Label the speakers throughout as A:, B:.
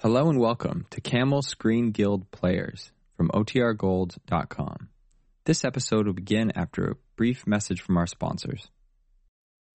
A: Hello and welcome to Camel Screen Guild Players from OTRGold.com. This episode will begin after a brief message from our sponsors.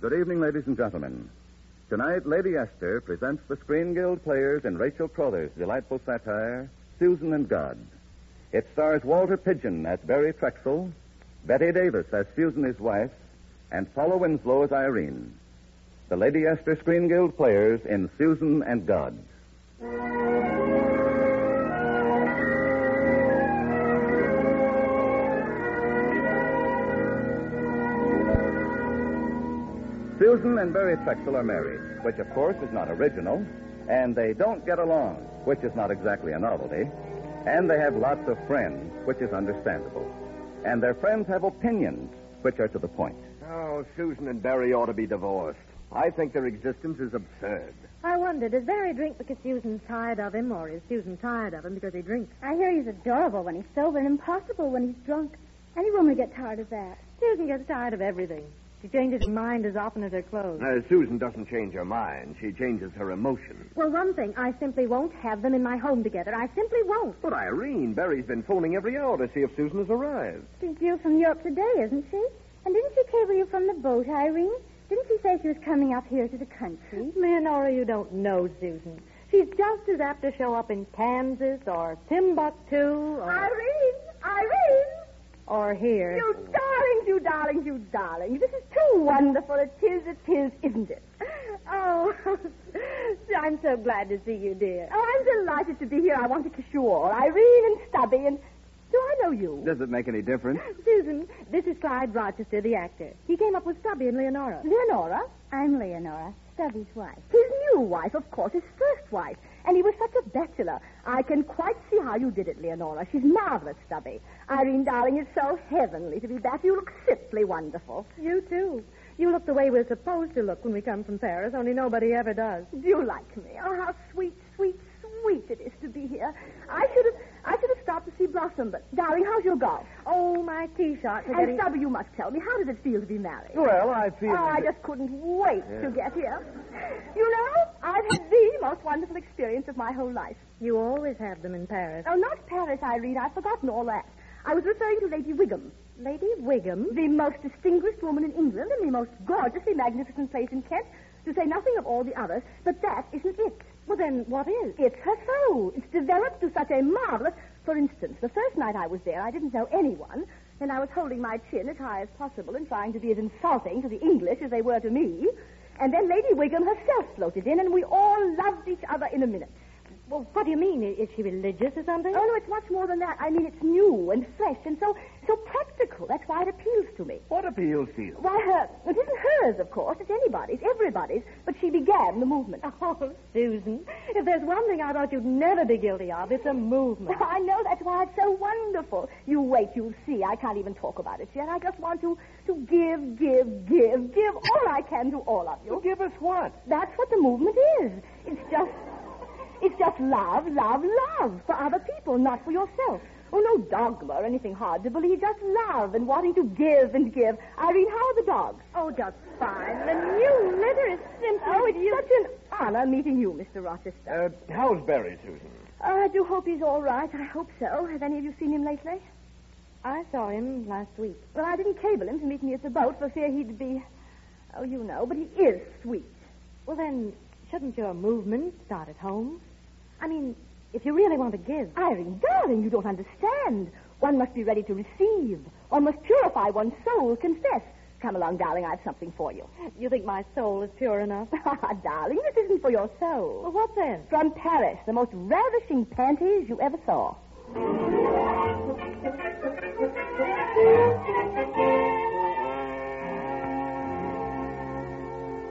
B: Good evening, ladies and gentlemen. Tonight, Lady Esther presents the Screen Guild players in Rachel Crowther's delightful satire, Susan and God. It stars Walter Pigeon as Barry Trexel, Betty Davis as Susan, his wife, and Paula Winslow as Irene. The Lady Esther Screen Guild players in Susan and God. Susan and Barry Trexel are married, which of course is not original, and they don't get along, which is not exactly a novelty, and they have lots of friends, which is understandable, and their friends have opinions, which are to the point.
C: Oh, Susan and Barry ought to be divorced. I think their existence is absurd.
D: I wonder, does Barry drink because Susan's tired of him, or is Susan tired of him because he drinks? I hear he's adorable when he's sober and impossible when he's drunk. Any woman would get tired of that. Susan gets tired of everything. She changes her mind as often as her clothes.
C: Uh, Susan doesn't change her mind. She changes her emotion.
D: Well, one thing, I simply won't have them in my home together. I simply won't.
C: But Irene, Barry's been phoning every hour to see if Susan has arrived.
D: She's due from Europe today, isn't she? And didn't she cable you from the boat, Irene? Didn't she say she was coming up here to the country?
E: Leonora, you don't know Susan. She's just as apt to show up in Kansas or Timbuktu or,
D: Irene! Irene!
E: or here.
D: You darlings, you darlings, you darlings. This is too wonderful. It is, it is, isn't it? Oh, I'm so glad to see you, dear. Oh, I'm delighted to be here. I want to kiss you all. Irene and Stubby and... Do I know you?
C: Does it make any difference?
D: Susan, this is Clyde Rochester, the actor. He came up with Stubby and Leonora. Leonora? I'm Leonora, Stubby's wife. His new wife, of course, his first wife. And he was such a bachelor. I can quite see how you did it, Leonora. She's marvelous, Stubby. Irene, darling, it's so heavenly to be back. You look simply wonderful.
E: You too. You look the way we're supposed to look when we come from Paris, only nobody ever does.
D: Do you like me? Oh, how sweet, sweet, sweet it is to be here. I should have, I should have stopped to see Blossom, but darling, how's your golf?
E: Oh, my tee shot. for
D: And
E: getting-
D: Stubby, you must tell me, how did it feel to be married?
C: Well, I feel.
D: Oh, I just couldn't wait to get here. You know, I've had the most wonderful experience of my whole life.
E: You always have them in Paris.
D: Oh, not Paris, Irene. I've forgotten all that. I was referring to Lady Wiggum.
E: Lady Wiggum?
D: The most distinguished woman in England and the most gorgeously magnificent place in Kent, to say nothing of all the others. But that isn't it. Well, then, what is? It's her soul. It's developed to such a marvelous... For instance, the first night I was there, I didn't know anyone, and I was holding my chin as high as possible and trying to be as insulting to the English as they were to me. And then Lady Wiggum herself floated in, and we all loved each other in a minute.
E: Well, what do you mean? I- Is she religious or something?
D: Oh, no, it's much more than that. I mean, it's new and fresh and so so practical. That's why it appeals to me.
C: What appeals to you?
D: Why, her, it isn't hers, of course. It's anybody's, everybody's. But she began the movement.
E: Oh, Susan, if there's one thing I thought you'd never be guilty of, it's a movement.
D: I know, that's why it's so wonderful. You wait, you'll see. I can't even talk about it yet. I just want to, to give, give, give, give all I can to all of you.
C: Give us what?
D: That's what the movement is. It's just, it's just love, love, love for other people, not for yourself. Oh, no dogma or anything hard to believe. Just love and wanting to give and give. Irene, how are the dogs? Oh, just fine. The new litter is simply. Oh, it's such an honor meeting you, Mr. Rochester.
C: Uh, how's Barry, Susan?
D: I do hope he's all right. I hope so. Have any of you seen him lately?
E: I saw him last week.
D: Well, I didn't cable him to meet me at the boat for fear he'd be, oh, you know. But he is sweet.
E: Well, then, shouldn't your movement start at home? I mean, if you really want to give.
D: Irene, darling, you don't understand. One must be ready to receive. One must purify one's soul, confess. Come along, darling, I have something for you.
E: You think my soul is pure enough?
D: Ah, darling, this isn't for your
E: Well,
D: soul.
E: what then?
D: From Paris, the most ravishing panties you ever saw.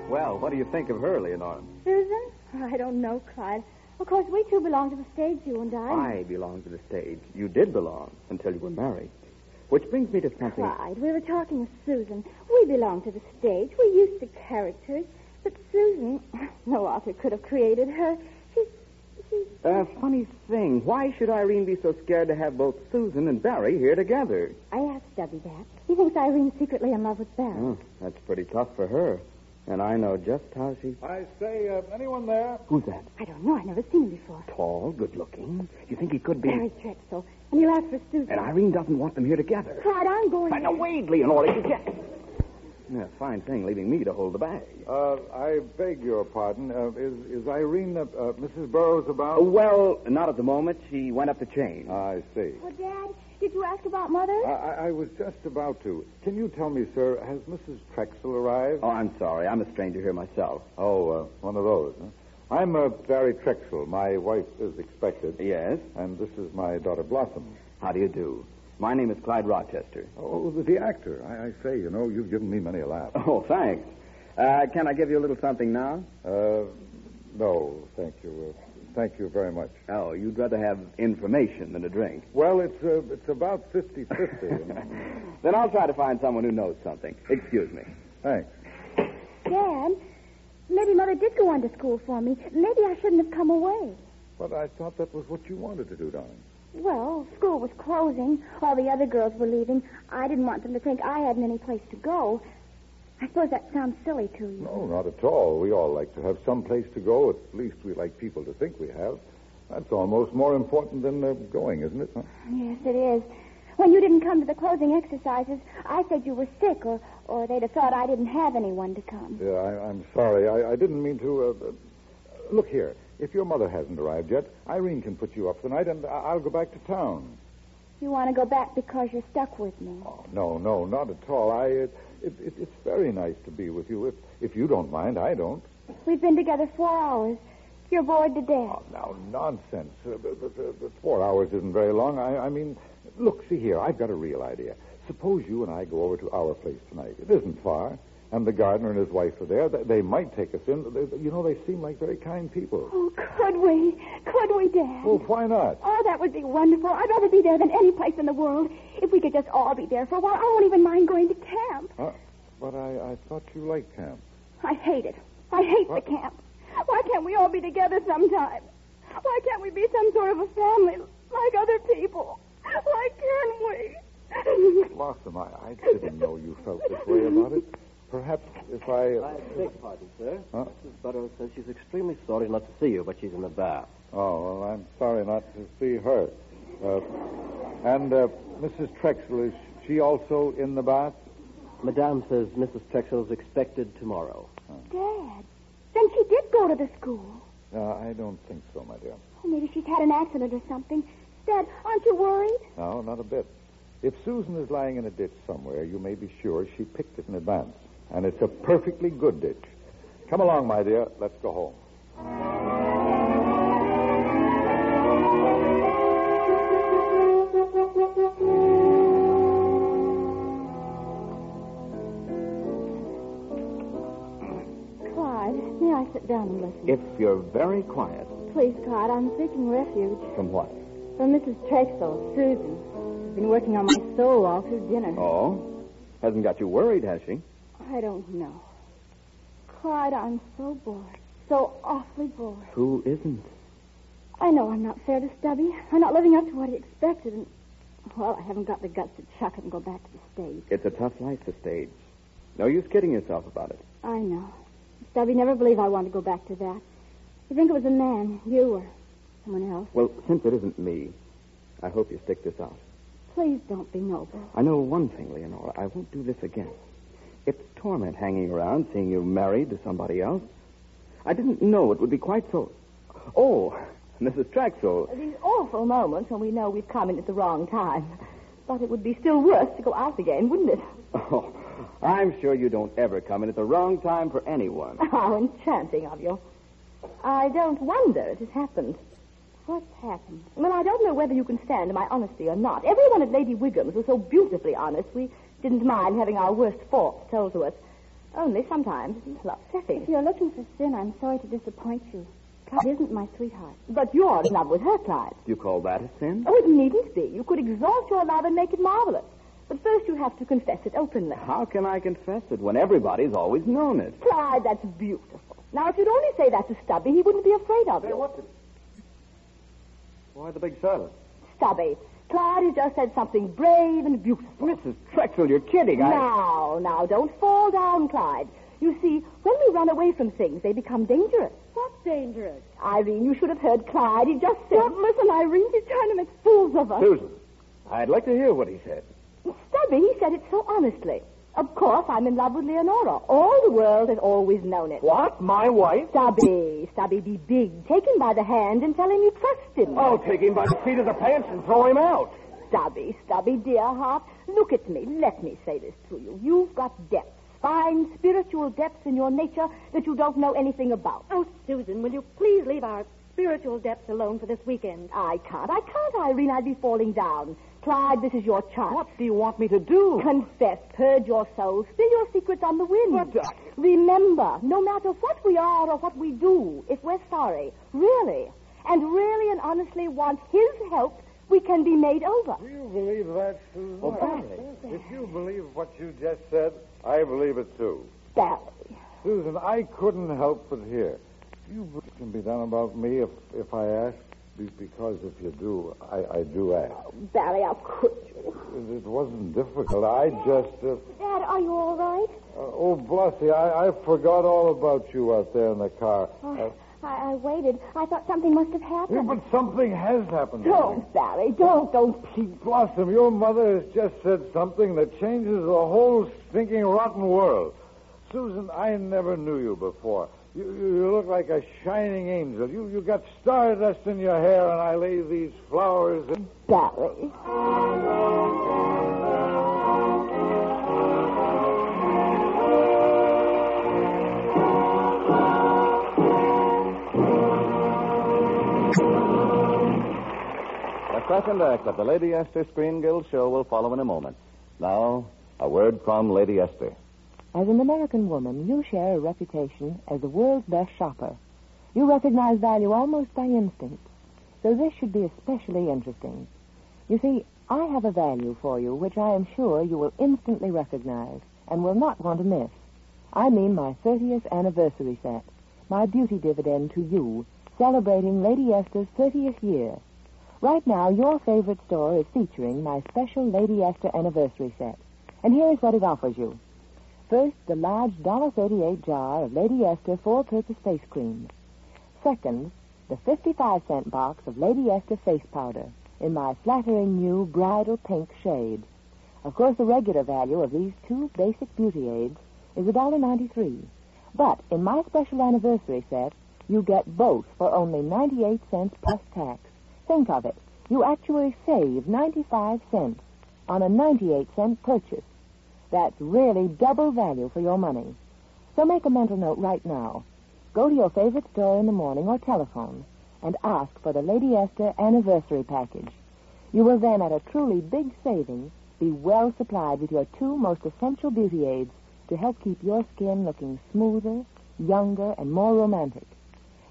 C: Well, what do you think of her, Leonora?
D: Susan? I don't know, Clyde. Of course, we two belong to the stage, you and I.
B: I belong to the stage. You did belong until you were married. Which brings me to something.
D: Clyde, we were talking of Susan. We belong to the stage. We're used to characters. But Susan, no author could have created her. She's, she's,
B: Uh, funny thing. Why should Irene be so scared to have both Susan and Barry here together?
D: I asked Dubby that. He thinks Irene's secretly in love with Barry.
B: Oh, that's pretty tough for her. And I know just how she.
F: I say, uh, anyone there?
B: Who's that?
D: I don't know. I've never seen him before.
B: Tall, good looking. You think he could be?
D: Barry Drexel. And he'll ask for Susan.
B: Hmm. And Irene doesn't want them here together.
D: Clyde, I'm going.
B: Now, now, wait, Leonora. You get. Yeah, fine thing, leaving me to hold the bag.
F: Uh, I beg your pardon. Uh, is, is Irene, uh, uh, Mrs. Burroughs about?
B: Uh, Oh, Well, not at the Uh, moment. She went up to change.
F: I see.
D: Well, Dad, did you ask about Mother?
F: I, I, I was just about to. Can you tell me, sir, has Mrs. Trexel arrived?
B: oh, I'm sorry. I'm a stranger here myself.
F: Oh, uh, one of those, huh? I'm uh, Barry Trexel. My wife is expected.
B: Yes.
F: And this is my daughter, Blossom.
B: How do you do? My name is Clyde Rochester.
F: Oh, the, the actor. I, I say, you know, you've given me many a laugh.
B: Oh, thanks. Uh, can I give you a little something now?
F: Uh, no, thank you. Uh, thank you very much.
B: Oh, you'd rather have information than a drink.
F: Well, it's uh, it's about 50 50.
B: Then I'll try to find someone who knows something. Excuse me.
F: Thanks.
D: Dad, maybe Mother did go on to school for me. Maybe I shouldn't have come away.
F: But I thought that was what you wanted to do, darling.
D: Well, school was closing. All the other girls were leaving. I didn't want them to think I hadn't any place to go. I suppose that sounds silly to you.
F: No, not at all. We all like to have some place to go. At least we like people to think we have. That's almost more important than uh, going, isn't it? Huh?
D: Yes, it is. When you didn't come to the closing exercises, I said you were sick, or, or they'd have thought I didn't have anyone to come.
F: Yeah, I, I'm sorry. I, I didn't mean to. Uh, uh, look here. If your mother hasn't arrived yet, Irene can put you up tonight, and I- I'll go back to town.
D: You want to go back because you're stuck with me.
F: Oh, no, no, not at all. I. Uh, it, it, it's very nice to be with you. If if you don't mind, I don't.
D: We've been together four hours. You're bored to death.
F: Oh, now, nonsense. Uh, but, but, uh, but four hours isn't very long. I, I mean, look, see here. I've got a real idea. Suppose you and I go over to our place tonight. It isn't far. And the gardener and his wife are there. They, they might take us in. They, you know, they seem like very kind people.
D: Oh, could we? Could we, Dad?
F: Well, why not?
D: Oh, that would be wonderful. I'd rather be there than any place in the world. If we could just all be there for a while, I won't even mind going to camp.
F: Uh, but I, I thought you liked camp.
D: I hate it. I hate
F: What?
D: the camp. Why can't we all be together sometime? Why can't we be some sort of a family like other people? Why can't we?
F: Blossom, I, I didn't know you felt this way about it. Perhaps if I.
B: beg pardon, sir.
F: Huh?
B: Mrs. Burroughs says she's extremely sorry not to see you, but she's in the bar.
F: Oh, well, I'm sorry not to see her. Uh, and uh, Mrs. Trexel, is she also in the bath?
B: Madame says Mrs. Trexel's expected tomorrow.
D: Dad, then she did go to the school.
F: No, Uh, I don't think so, my dear.
D: Oh, maybe she's had an accident or something. Dad, aren't you worried?
F: No, not a bit. If Susan is lying in a ditch somewhere, you may be sure she picked it in advance. And it's a perfectly good ditch. Come along, my dear. Let's go home.
D: Clyde, may I sit down and listen?
B: If you're very quiet.
D: Please, Clyde, I'm seeking refuge
B: From what?
D: from Mrs. Trexel, Susan. She's been working on my soul all through dinner.
B: Oh? Hasn't got you worried, has she?
D: I don't know. Clyde, I'm so bored. So awfully bored.
B: Who isn't?
D: I know I'm not fair to Stubby. I'm not living up to what he expected, and, well, I haven't got the guts to chuck it and go back to the stage.
B: It's a tough life, the stage. No use kidding yourself about it.
D: I know. Stubby never believed I wanted to go back to that. You think it was a man, you or someone else.
B: Well, since it isn't me, I hope you stick this out.
D: Please don't be noble.
B: I know one thing, Leonora. I won't do this again. It's torment hanging around, seeing you married to somebody else. I didn't know it would be quite so. Oh, Mrs. Traxel.
G: These awful moments when we know we've come in at the wrong time. But it would be still worse to go out again, wouldn't it?
B: Oh, I'm sure you don't ever come in at the wrong time for anyone.
G: How Oh, enchanting of you. I don't wonder it has happened.
D: What's happened?
G: Well, I don't know whether you can stand my honesty or not. Everyone at Lady Wiggum's was so beautifully honest, we didn't mind having our worst faults told to us. Only sometimes it's a little upsetting.
D: If you're looking for sin, I'm sorry to disappoint you. That isn't my sweetheart. But you're in love with her, Clyde.
C: You call that a sin?
D: Oh, it needn't be. You could exalt your love and make it marvelous. But first you have to confess it openly.
C: How can I confess it when everybody's always known it?
D: Clyde, that's beautiful. Now, if you'd only say that to Stubby, he wouldn't be afraid of you.
C: Why the big silence?
D: Stubby, Clyde has just said something brave and beautiful.
C: Mrs. Trexel, you're kidding. I...
D: Now, now, don't fall down, Clyde. You see, when we run away from things, they become dangerous.
H: What's dangerous?
D: Irene, you should have heard Clyde. He just said. Don't listen, Irene. He's trying to make fools of us.
C: Susan, I'd like to hear what he said.
D: Stubby, he said it so honestly. Of course, I'm in love with Leonora. All the world has always known it.
C: What? My wife?
D: Stubby, Stubby, be big. Take him by the hand and tell him you trust him.
C: Oh, take him by the seat of the pants and throw him out.
D: Stubby, Stubby, dear heart, look at me. Let me say this to you. You've got depths, fine spiritual depths in your nature that you don't know anything about.
E: Oh, Susan, will you please leave our spiritual depths alone for this weekend?
D: I can't. I can't, Irene. I'd be falling down. Clyde, this is your chance.
C: What do you want me to do?
D: Confess, purge your soul, spill your secrets on the wind. Remember, no matter what we are or what we do, if we're sorry, really, and really and honestly want his help, we can be made over.
F: Do you believe that, Susan?
C: Oh, Barry.
F: If you believe what you just said, I believe it too.
D: Barry.
F: Susan, I couldn't help but hear. You b- can be done about me if, if I ask, be- because if you do, I, I do ask.
D: Barry, how could you?
F: It it wasn't difficult. I just. Uh,
D: Dad, are you all right?
F: uh, oh, Blossie, I, I forgot all about you out there in the car. Uh,
D: Oh. I, I waited. I thought something must have happened.
F: yeah, but something has happened.
D: Don't, Barry. Don't, don't, please.
F: Blossom, your mother has just said something that changes the whole stinking rotten world. Susan, I never knew you before. You, you, you look like a shining angel. You, you got stardust in your hair, and I lay these flowers in.
D: Barry.
B: The second act of the Lady Esther Screen Guild show will follow in a moment. Now, a word from Lady Esther.
I: As an American woman, you share a reputation as the world's best shopper. You recognize value almost by instinct. So this should be especially interesting. You see, I have a value for you which I am sure you will instantly recognize and will not want to miss. I mean my 30th anniversary set, my beauty dividend to you, celebrating Lady Esther's 30th year. Right now, your favorite store is featuring my special Lady Esther anniversary set. And here is what it offers you. First, the large $1.38 jar of Lady Esther four-purpose face cream. Second, the 55-cent box of Lady Esther face powder in my flattering new bridal pink shade. Of course, the regular value of these two basic beauty aids is $1.93. But in my special anniversary set, you get both for only 98 cents plus tax. Think of it. You actually save 95 cents on a 98-cent purchase. That's really double value for your money. So make a mental note right now. Go to your favorite store in the morning or telephone and ask for the Lady Esther anniversary package. You will then, at a truly big saving, be well supplied with your two most essential beauty aids to help keep your skin looking smoother, younger, and more romantic.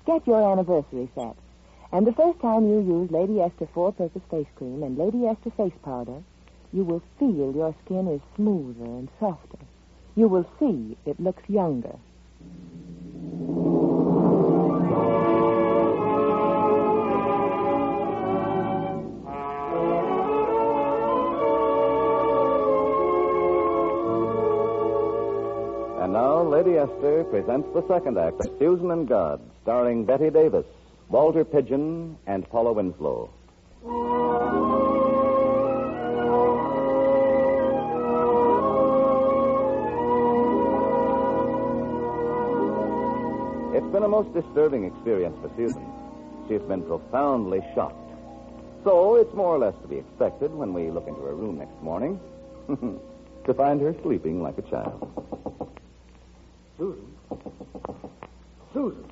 I: Get your anniversary set. And the first time you use Lady Esther four-purpose face cream and Lady Esther face powder, you will feel your skin is smoother and softer. You will see it looks younger.
B: And now, Lady Esther presents the second act of Susan and God, starring Betty Davis, Walter Pigeon, and Paula Winslow. It's been a most disturbing experience for Susan. She's been profoundly shocked. So it's more or less to be expected when we look into her room next morning to find her sleeping like a child.
C: Susan. Susan.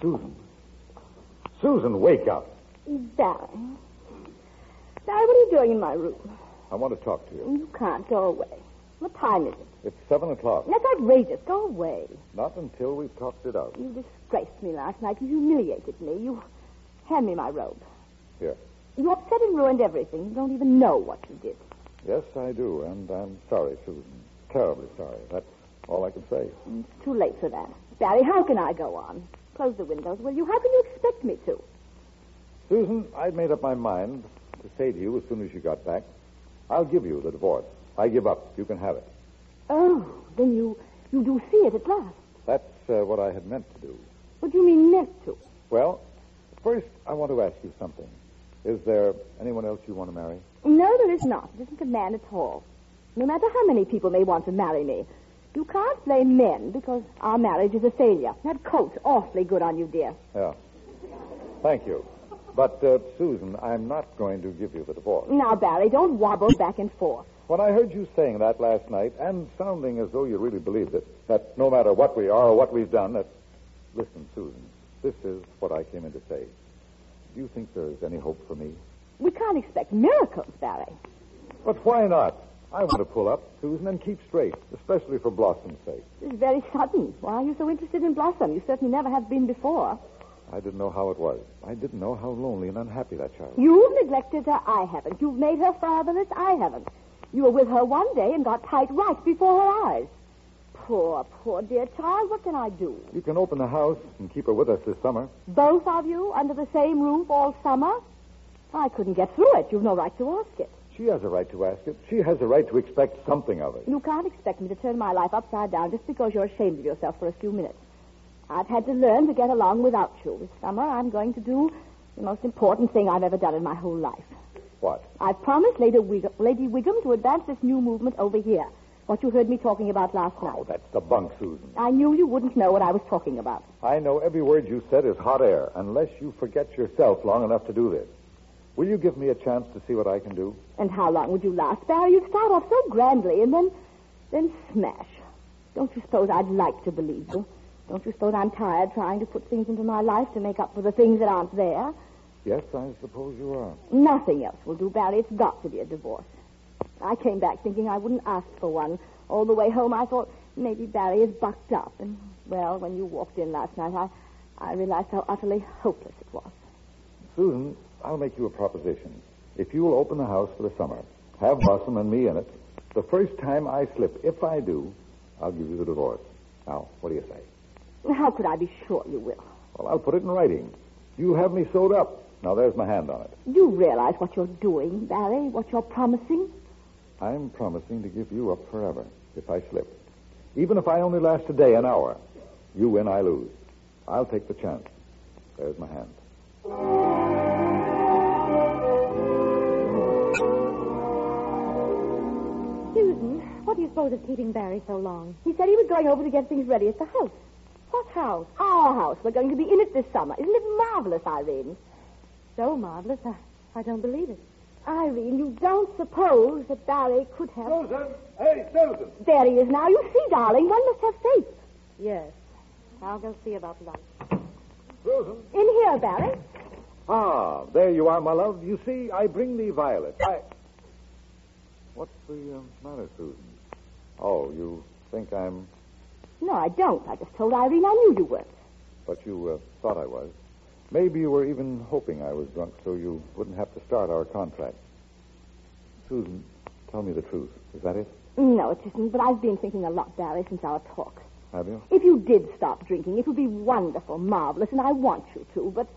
C: Susan. Susan, wake up.
D: Barry. Barry, what are you doing in my room?
F: I want to talk to you.
D: You can't go away. What time is it?
F: It's seven o'clock.
D: That's outrageous. Go away.
F: Not until we've talked it out.
D: You disgraced me last night. You humiliated me. You hand me my robe.
F: Here.
D: You upset and ruined everything. You don't even know what you did.
F: Yes, I do, and I'm sorry, Susan. Terribly sorry. That's all I can say.
D: It's too late for that. Barry, how can I go on? Close the windows, will you? How can you expect me to?
F: Susan, I made up my mind to say to you as soon as you got back, I'll give you the divorce. I give up. You can have it.
D: Oh, then you you do see it at last.
F: That's uh, what I had meant to do.
D: What do you mean meant to?
F: Well, first, I want to ask you something. Is there anyone else you want to marry?
D: No, there is not. It isn't a man at all. No matter how many people may want to marry me, you can't blame men because our marriage is a failure. That coat's awfully good on you, dear.
F: Yeah. Thank you. But, uh, Susan, I'm not going to give you the divorce.
D: Now, Barry, don't wobble back and forth.
F: When I heard you saying that last night, and sounding as though you really believed it, that no matter what we are or what we've done, that. Listen, Susan, this is what I came in to say. Do you think there is any hope for me?
D: We can't expect miracles, Barry.
F: But why not? I want to pull up, Susan, and keep straight, especially for Blossom's sake.
D: This is very sudden. Why are you so interested in Blossom? You certainly never have been before.
F: I didn't know how it was. I didn't know how lonely and unhappy that child was.
D: You've neglected her, I haven't. You've made her fatherless, I haven't. You were with her one day and got tight right before her eyes. Poor, poor dear child, what can I do?
F: You can open the house and keep her with us this summer.
D: Both of you under the same roof all summer? I couldn't get through it. You've no right to ask it.
F: She has a right to ask it. She has a right to expect something of it.
D: You can't expect me to turn my life upside down just because you're ashamed of yourself for a few minutes. I've had to learn to get along without you. This summer, I'm going to do the most important thing I've ever done in my whole life.
F: What?
D: I've promised Lady, Wig- Lady Wiggum to advance this new movement over here, what you heard me talking about last
F: Oh,
D: night.
F: that's the bunk, Susan.
D: I knew you wouldn't know what I was talking about.
F: I know every word you said is hot air, unless you forget yourself long enough to do this. Will you give me a chance to see what I can do?
D: And how long would you last, Barry? You'd start off so grandly and then, then smash. Don't you suppose I'd like to believe you? Don't you suppose I'm tired trying to put things into my life to make up for the things that aren't there?
F: Yes, I suppose you are.
D: Nothing else will do, Barry. It's got to be a divorce. I came back thinking I wouldn't ask for one. All the way home, I thought maybe Barry is bucked up. And, well, when you walked in last night, I, I realized how utterly hopeless it was.
F: Susan, I'll make you a proposition. If you'll open the house for the summer, have Blossom and me in it, the first time I slip, if I do, I'll give you the divorce. Now, what do you say?
D: How could I be sure you will?
F: Well, I'll put it in writing. You have me sewed up. Now, there's my hand on it.
D: You realize what you're doing, Barry, what you're promising?
F: I'm promising to give you up forever if I slip. Even if I only last a day, an hour. You win, I lose. I'll take the chance. There's my hand.
E: Susan, what do you suppose of keeping Barry so long?
D: He said he was going over to get things ready at the house.
E: What house?
D: Our house. We're going to be in it this summer. Isn't it marvelous, Irene?
E: So marvelous, I, I don't believe it.
D: Irene, you don't suppose that Barry could have.
F: Susan! Hey, Susan!
D: There he is now. You see, darling, one must have faith.
E: Yes. I'll go see about lunch.
F: Susan!
D: In here, Barry.
F: Ah, there you are, my love. You see, I bring thee violet. I. What's the uh, matter, Susan? Oh, you think I'm.
D: No, I don't. I just told Irene I knew you were.
F: But you uh, thought I was. Maybe you were even hoping I was drunk so you wouldn't have to start our contract. Susan, tell me the truth. Is that it?
D: No, it isn't, but I've been thinking a lot, Barry, since our talk.
F: Have you?
D: If you did stop drinking, it would be wonderful, marvelous, and I want you to, but,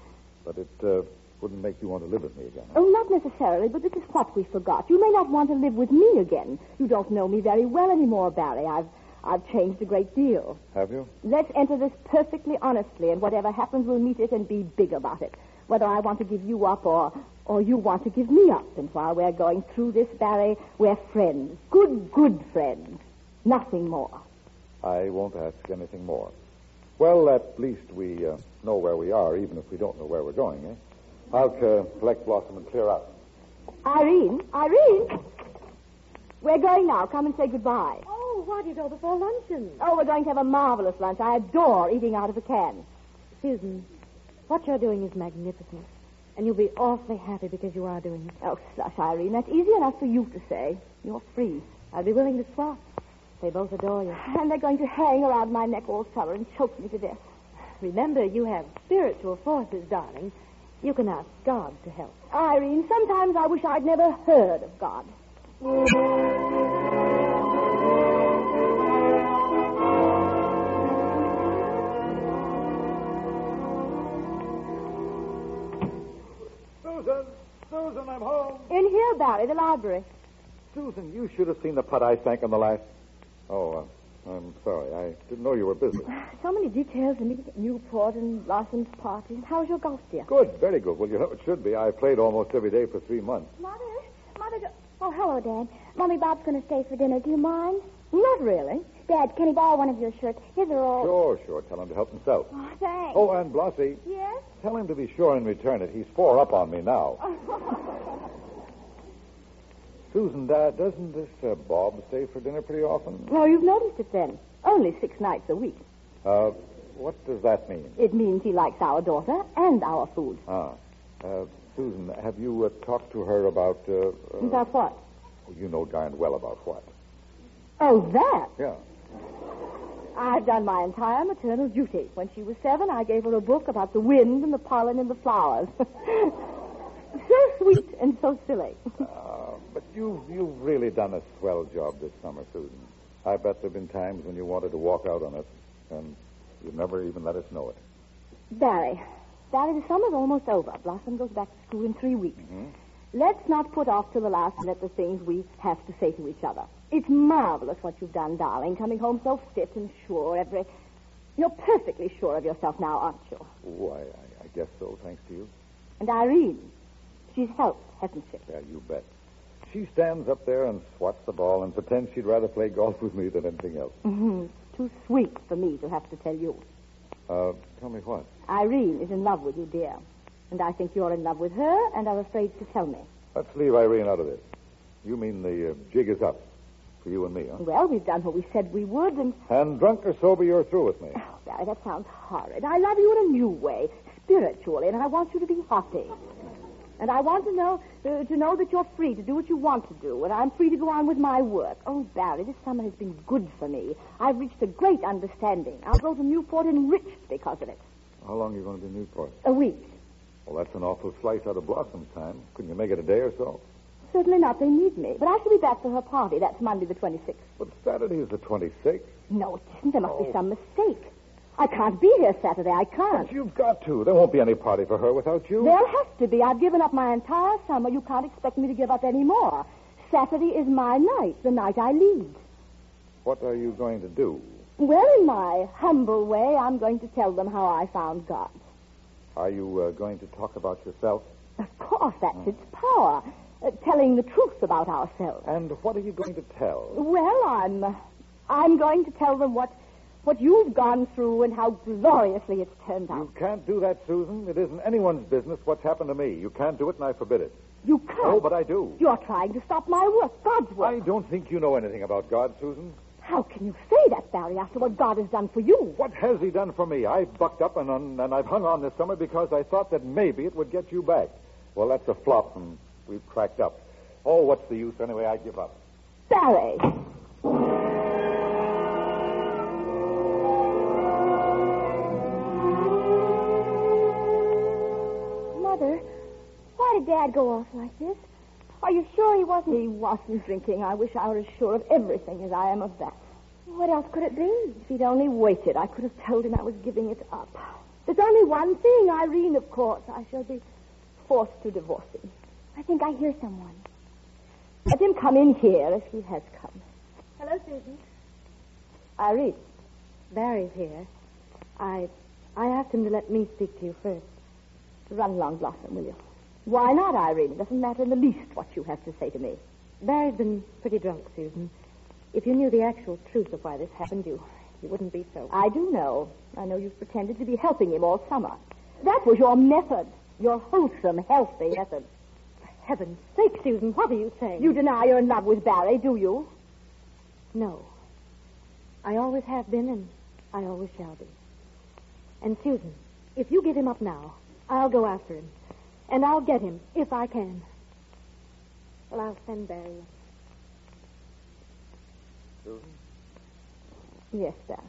F: But it uh, wouldn't make you want to live with me again.
D: oh, not necessarily, but this is what we forgot. You may not want to live with me again. You don't know me very well anymore, Barry. I've, I've changed a great deal.
F: Have you?
D: Let's enter this perfectly honestly, and whatever happens, we'll meet it and be big about it. Whether I want to give you up or, or you want to give me up. And while we're going through this, Barry, we're friends. Good, good friends. Nothing more.
F: I won't ask anything more. Well, at least we uh, know where we are, even if we don't know where we're going, eh? I'll uh, collect Blossom and clear out.
D: Irene, Irene! We're going now. Come and say goodbye.
E: Oh, why do you go before luncheon?
D: Oh, we're going to have a marvelous lunch. I adore eating out of a can.
E: Susan, what you're doing is magnificent. And you'll be awfully happy because you are doing it.
D: Oh, slush, Irene, that's easy enough for you to say. You're free.
E: I'd be willing to swap. They both adore you.
D: And they're going to hang around my neck all summer and choke me to death.
E: Remember, you have spiritual forces, darling. You can ask God to help.
D: Irene, sometimes I wish I'd never heard of God.
F: Susan! Susan, I'm home!
D: In here, Barry, the library.
F: Susan, you should have seen the putt I sank on the last. Oh, uh, I'm sorry. I didn't know you were busy.
D: So many details the meeting at Newport and Larson's party. How's your golf, dear?
F: Good, very good. Well, you know it should be. I played almost every day for three months.
D: Mother, Mother. Oh, hello, Dad. Mommy Bob's going to stay for dinner. Do you mind? Not really. Dad, can he borrow one of your shirts? His are all.
F: Sure, sure. Tell him to help himself.
D: Oh, thanks.
F: Oh, and Blossie,
D: Yes?
F: tell him to be sure and return it. He's four up on me now. Susan, uh, doesn't this uh, Bob stay for dinner pretty often?
E: Oh, you've noticed it then. Only six nights a week.
F: Uh, what does that mean?
E: It means he likes our daughter and our food.
F: Ah, uh, Susan, have you uh, talked to her about? Uh, uh,
E: About what?
F: You know darn well about what.
E: Oh, that.
F: Yeah.
E: I've done my entire maternal duty. When she was seven, I gave her a book about the wind and the pollen and the flowers. so sweet and so silly.
F: Uh, but you you've really done a swell job this summer, Susan. I bet there've been times when you wanted to walk out on us, and you've never even let us know it.
D: Barry. Barry, the summer's almost over. Blossom goes back to school in three weeks. Let's not put off till the last minute the things we have to say to each other. It's marvelous what you've done, darling, coming home so fit and sure every. You're perfectly sure of yourself now, aren't you?
F: Oh, I, I, I guess so. Thanks to you.
D: And Irene, she's helped, hasn't she?
F: Yeah, you bet. She stands up there and swats the ball and pretends she'd rather play golf with me than anything else.
D: Mm-hmm. Too sweet for me to have to tell you.
F: Uh, tell me what?
D: Irene is in love with you, dear. And I think you're in love with her and are afraid to tell me.
F: Let's leave Irene out of this. You mean the uh, jig is up for you and me, huh?
D: Well, we've done what we said we would, and
F: And drunk or sober, you're through with me.
D: Oh, Barry, that sounds horrid. I love you in a new way, spiritually, and I want you to be happy. And I want to know uh, to know that you're free to do what you want to do, and I'm free to go on with my work. Oh, Barry, this summer has been good for me. I've reached a great understanding. I'll go to Newport enriched because of it.
F: How long are you going to be in Newport?
D: A week.
F: Well, that's an awful slice out of Blossom's time. Couldn't you make it a day or so?
D: Certainly not. They need me. But I shall be back for her party. That's Monday the 26th.
F: But Saturday is the 26th.
D: No, it isn't. There must
F: Oh.
D: be some mistake. I can't be here Saturday. I can't.
F: But you've got to. There won't be any party for her without you.
D: There'll have to be. I've given up my entire summer. You can't expect me to give up any more. Saturday is my night, the night I lead.
F: What are you going to do?
D: Well, in my humble way, I'm going to tell them how I found God.
F: Are you uh, going to talk about yourself?
D: Of course, that's its power, uh, telling the truth about ourselves.
F: And what are you going to tell?
D: Well, I'm, I'm going to tell them what, what you've gone through and how gloriously it's turned out.
F: You can't do that, Susan. It isn't anyone's business what's happened to me. You can't do it, and I forbid it.
D: You can't.
F: Oh, but I do.
D: You're trying to stop my work, God's work.
F: I don't think you know anything about God, Susan.
D: How can you say that, Barry, after what God has done for you?
F: What has he done for me? I've bucked up and, and, and I've hung on this summer because I thought that maybe it would get you back. Well, that's a flop, and we've cracked up. Oh, what's the use anyway? I give up.
D: Barry.
E: Mother, why did Dad go off like this?
D: Are you sure he wasn't? He wasn't drinking. I wish I were as sure of everything as I am of that.
E: What else could it be?
D: If he'd only waited, I could have told him I was giving it up. There's only one thing, Irene, of course. I shall be forced to divorce him.
E: I think I hear someone.
D: Let him come in here if he has come.
H: Hello, Susan.
D: Irene,
E: Barry's here. I I asked him to let me speak to you first.
D: run along, Blossom, will you? Why not, Irene? It doesn't matter in the least what you have to say to me.
E: Barry's been pretty drunk, Susan. If you knew the actual truth of why this happened, you you wouldn't be so.
D: I do know. I know you've pretended to be helping him all summer. That was your method, your wholesome, healthy method.
E: For heaven's sake, Susan, what are you saying?
D: You deny you're in love with Barry, do you?
E: No. I always have been, and I always shall be. And Susan, if you give him up now, I'll go after him, and I'll get him if I can. Well, I'll send Barry.
F: Susan?
D: Yes, Dad.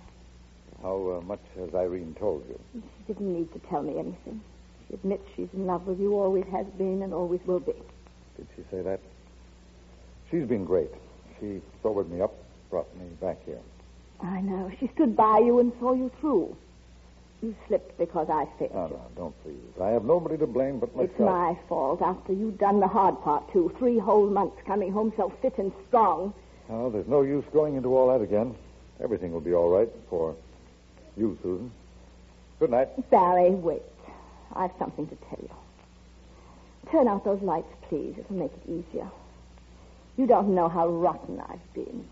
F: How uh, much has Irene told you?
D: She didn't need to tell me anything. She admits she's in love with you, always has been and always will be.
F: Did she say that? She's been great. She sobered me up, brought me back here.
D: I know. She stood by you and saw you through. You slipped because I failed
F: No,
D: you.
F: no, don't please. I have nobody to blame but myself.
D: It's my fault after you'd done the hard part, too. Three whole months coming home so fit and strong.
F: Now, there's no use going into all that again. Everything will be all right for you, Susan. Good night.
D: Barry, wait. I've something to tell you. Turn out those lights, please. It'll make it easier. You don't know how rotten I've been.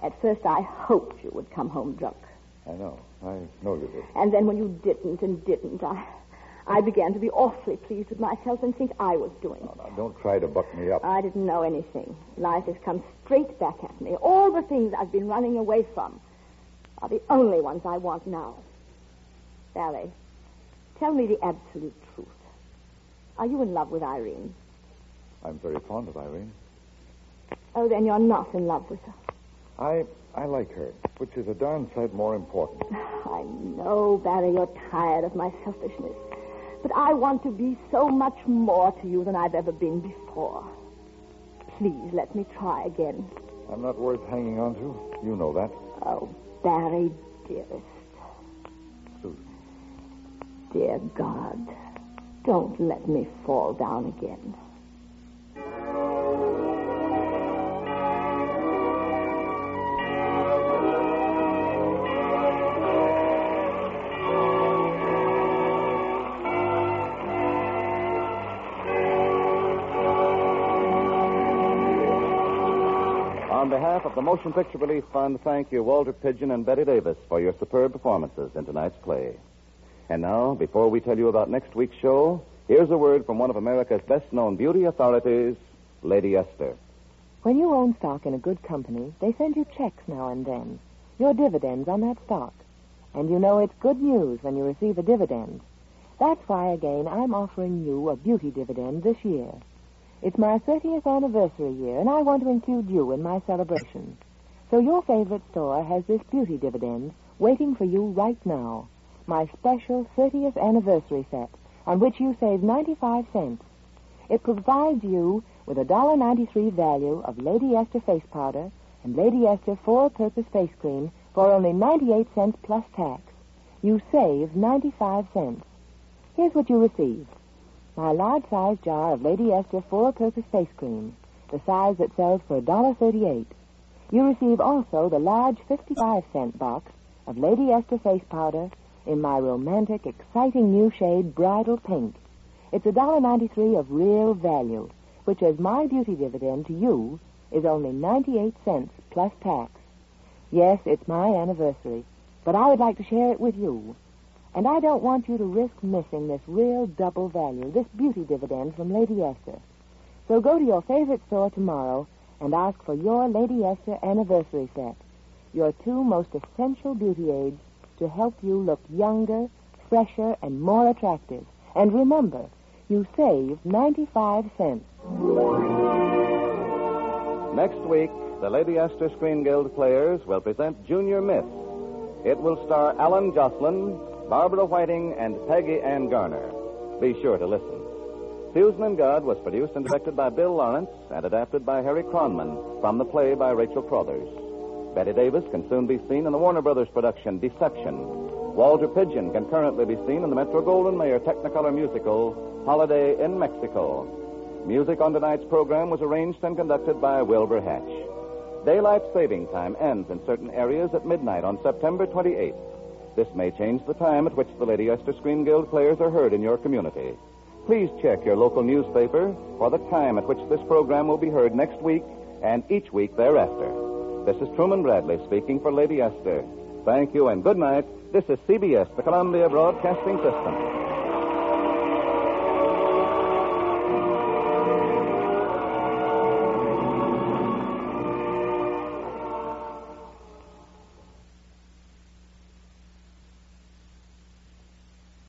D: At first, I hoped you would come home drunk.
F: I know. I know you did.
D: And then when you didn't and didn't, I, I began to be awfully pleased with myself and think I was doing it.
F: Now, don't try to buck me up.
D: I didn't know anything. Life has come straight back at me. All the things I've been running away from are the only ones I want now. Sally, tell me the absolute truth. Are you in love with Irene?
F: I'm very fond of Irene.
D: Oh, then you're not in love with her.
F: I I like her, which is a darn sight more important.
D: I know, Barry, you're tired of my selfishness. But I want to be so much more to you than I've ever been before. Please let me try again.
F: I'm not worth hanging on to. You know that.
D: Oh, Barry, dearest.
F: Susan.
D: Dear God, don't let me fall down again.
B: On behalf of the Motion Picture Relief Fund, thank you, Walter Pigeon and Betty Davis, for your superb performances in tonight's play. And now, before we tell you about next week's show, here's a word from one of America's best known beauty authorities, Lady Esther.
I: When you own stock in a good company, they send you checks now and then, your dividends on that stock. And you know it's good news when you receive a dividend. That's why, again, I'm offering you a beauty dividend this year. It's my 30th anniversary year, and I want to include you in my celebration. So your favorite store has this beauty dividend waiting for you right now. My special 30th anniversary set, on which you save 95 cents. It provides you with a $1.93 value of Lady Esther face powder and Lady Esther full purpose face cream for only 98 cents plus tax. You save 95 cents. Here's what you receive my large size jar of Lady Esther full purpose face cream, the size that sells for $1.38. You receive also the large 55 cent box of Lady Esther face powder in my romantic, exciting new shade, Bridal Pink. It's a dollar ninety-three of real value, which as my beauty dividend to you is only ninety-eight cents plus tax. Yes, it's my anniversary, but I would like to share it with you. And I don't want you to risk missing this real double value, this beauty dividend from Lady Esther. So go to your favorite store tomorrow and ask for your Lady Esther anniversary set, your two most essential beauty aids to help you look younger, fresher, and more attractive. And remember, you save 95 cents.
B: Next week, the Lady Esther Screen Guild players will present Junior Miss. It will star Alan Jocelyn, Barbara Whiting, and Peggy Ann Garner. Be sure to listen. Susan and God was produced and directed by Bill Lawrence and adapted by Harry Cronman from the play by Rachel Crothers. Betty Davis can soon be seen in the Warner Brothers production Deception. Walter Pigeon can currently be seen in the Metro Golden Mayer Technicolor musical Holiday in Mexico. Music on tonight's program was arranged and conducted by Wilbur Hatch. Daylight saving time ends in certain areas at midnight on September 28th. This may change the time at which the Lady Esther Screen Guild players are heard in your community. Please check your local newspaper for the time at which this program will be heard next week and each week thereafter. This is Truman Bradley speaking for Lady Esther. Thank you and good night. This is CBS, the Columbia Broadcasting System.